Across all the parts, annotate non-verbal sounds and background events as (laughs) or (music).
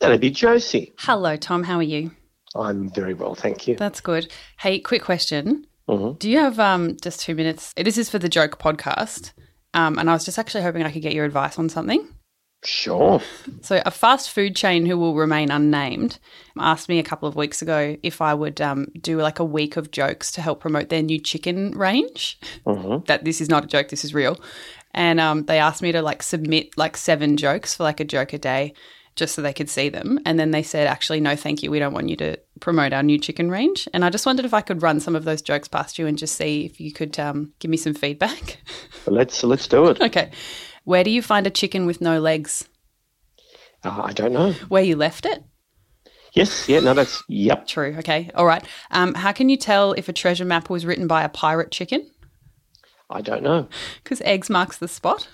That'd be Josie. Hello, Tom. How are you? I'm very well, thank you. That's good. Hey, quick question. Mhm. Do you have um, just two minutes? This is for the joke podcast. Um, and I was just actually hoping I could get your advice on something. Sure. So, a fast food chain who will remain unnamed asked me a couple of weeks ago if I would um, do like a week of jokes to help promote their new chicken range. Mhm. (laughs) That this is not a joke, this is real. And um, they asked me to like submit like seven jokes for like a joke a day just so they could see them. And then they said, actually, no, thank you. We don't want you to promote our new chicken range. And I just wondered if I could run some of those jokes past you and just see if you could um, give me some feedback. (laughs) Let's let's do it. okay. Where do you find a chicken with no legs? Uh, I don't know. Where you left it? Yes. Yeah. No. That's yep. True. Okay. All right. Um, how can you tell if a treasure map was written by a pirate chicken? I don't know. Because eggs marks the spot.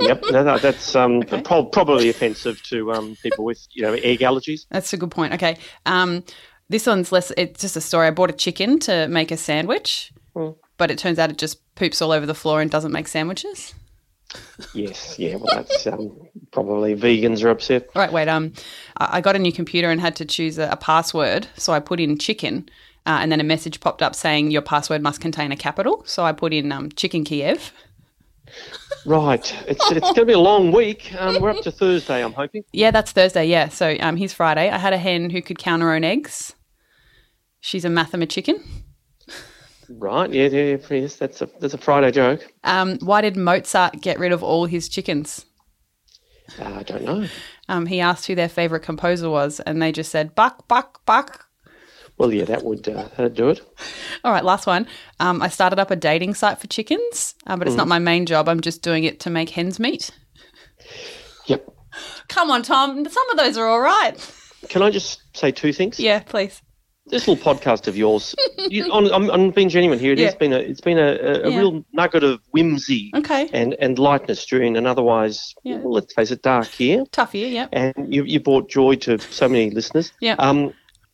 Yep. No. no that's um Okay. prob- probably offensive to um people with you know egg allergies. That's a good point. Okay. Um, this one's less. It's just a story. I bought a chicken to make a sandwich, Mm. but it turns out it just poops all over the floor and doesn't make sandwiches. Yes. Yeah. Well, that's um probably vegans are upset. All right. Wait. Um, I I got a new computer and had to choose a, a password, so I put in chicken. Uh, and then a message popped up saying your password must contain a capital. So I put in um, chicken Kiev. Right. It's it's going to be a long week. Um, we're up to Thursday. I'm hoping. Yeah, that's Thursday. Yeah. So um, here's Friday. I had a hen who could count her own eggs. She's a mathema chicken. Right. Yeah. Yeah. yeah yes. That's a that's a Friday joke. Um, why did Mozart get rid of all his chickens? Uh, I don't know. Um, he asked who their favorite composer was, and they just said, Buck, Buck, Buck. Well, yeah. That would uh, that'd do it. All right, last one. Um, I started up a dating site for chickens, uh, but it's not my main job. I'm just doing it to make hens meat. Yep. Come on, Tom. Some of those are all right. Can I just say two things? Yeah, please. this little podcast of yours, you, on, I'm, I'm being genuine here. It Yeah. has been a, it's been a, a, a Yeah. real nugget of whimsy Okay. and, and lightness during an otherwise, Yeah. well, let's face it, dark year. Tough year. Yep. And you, you brought joy to so many listeners. Yeah. Um,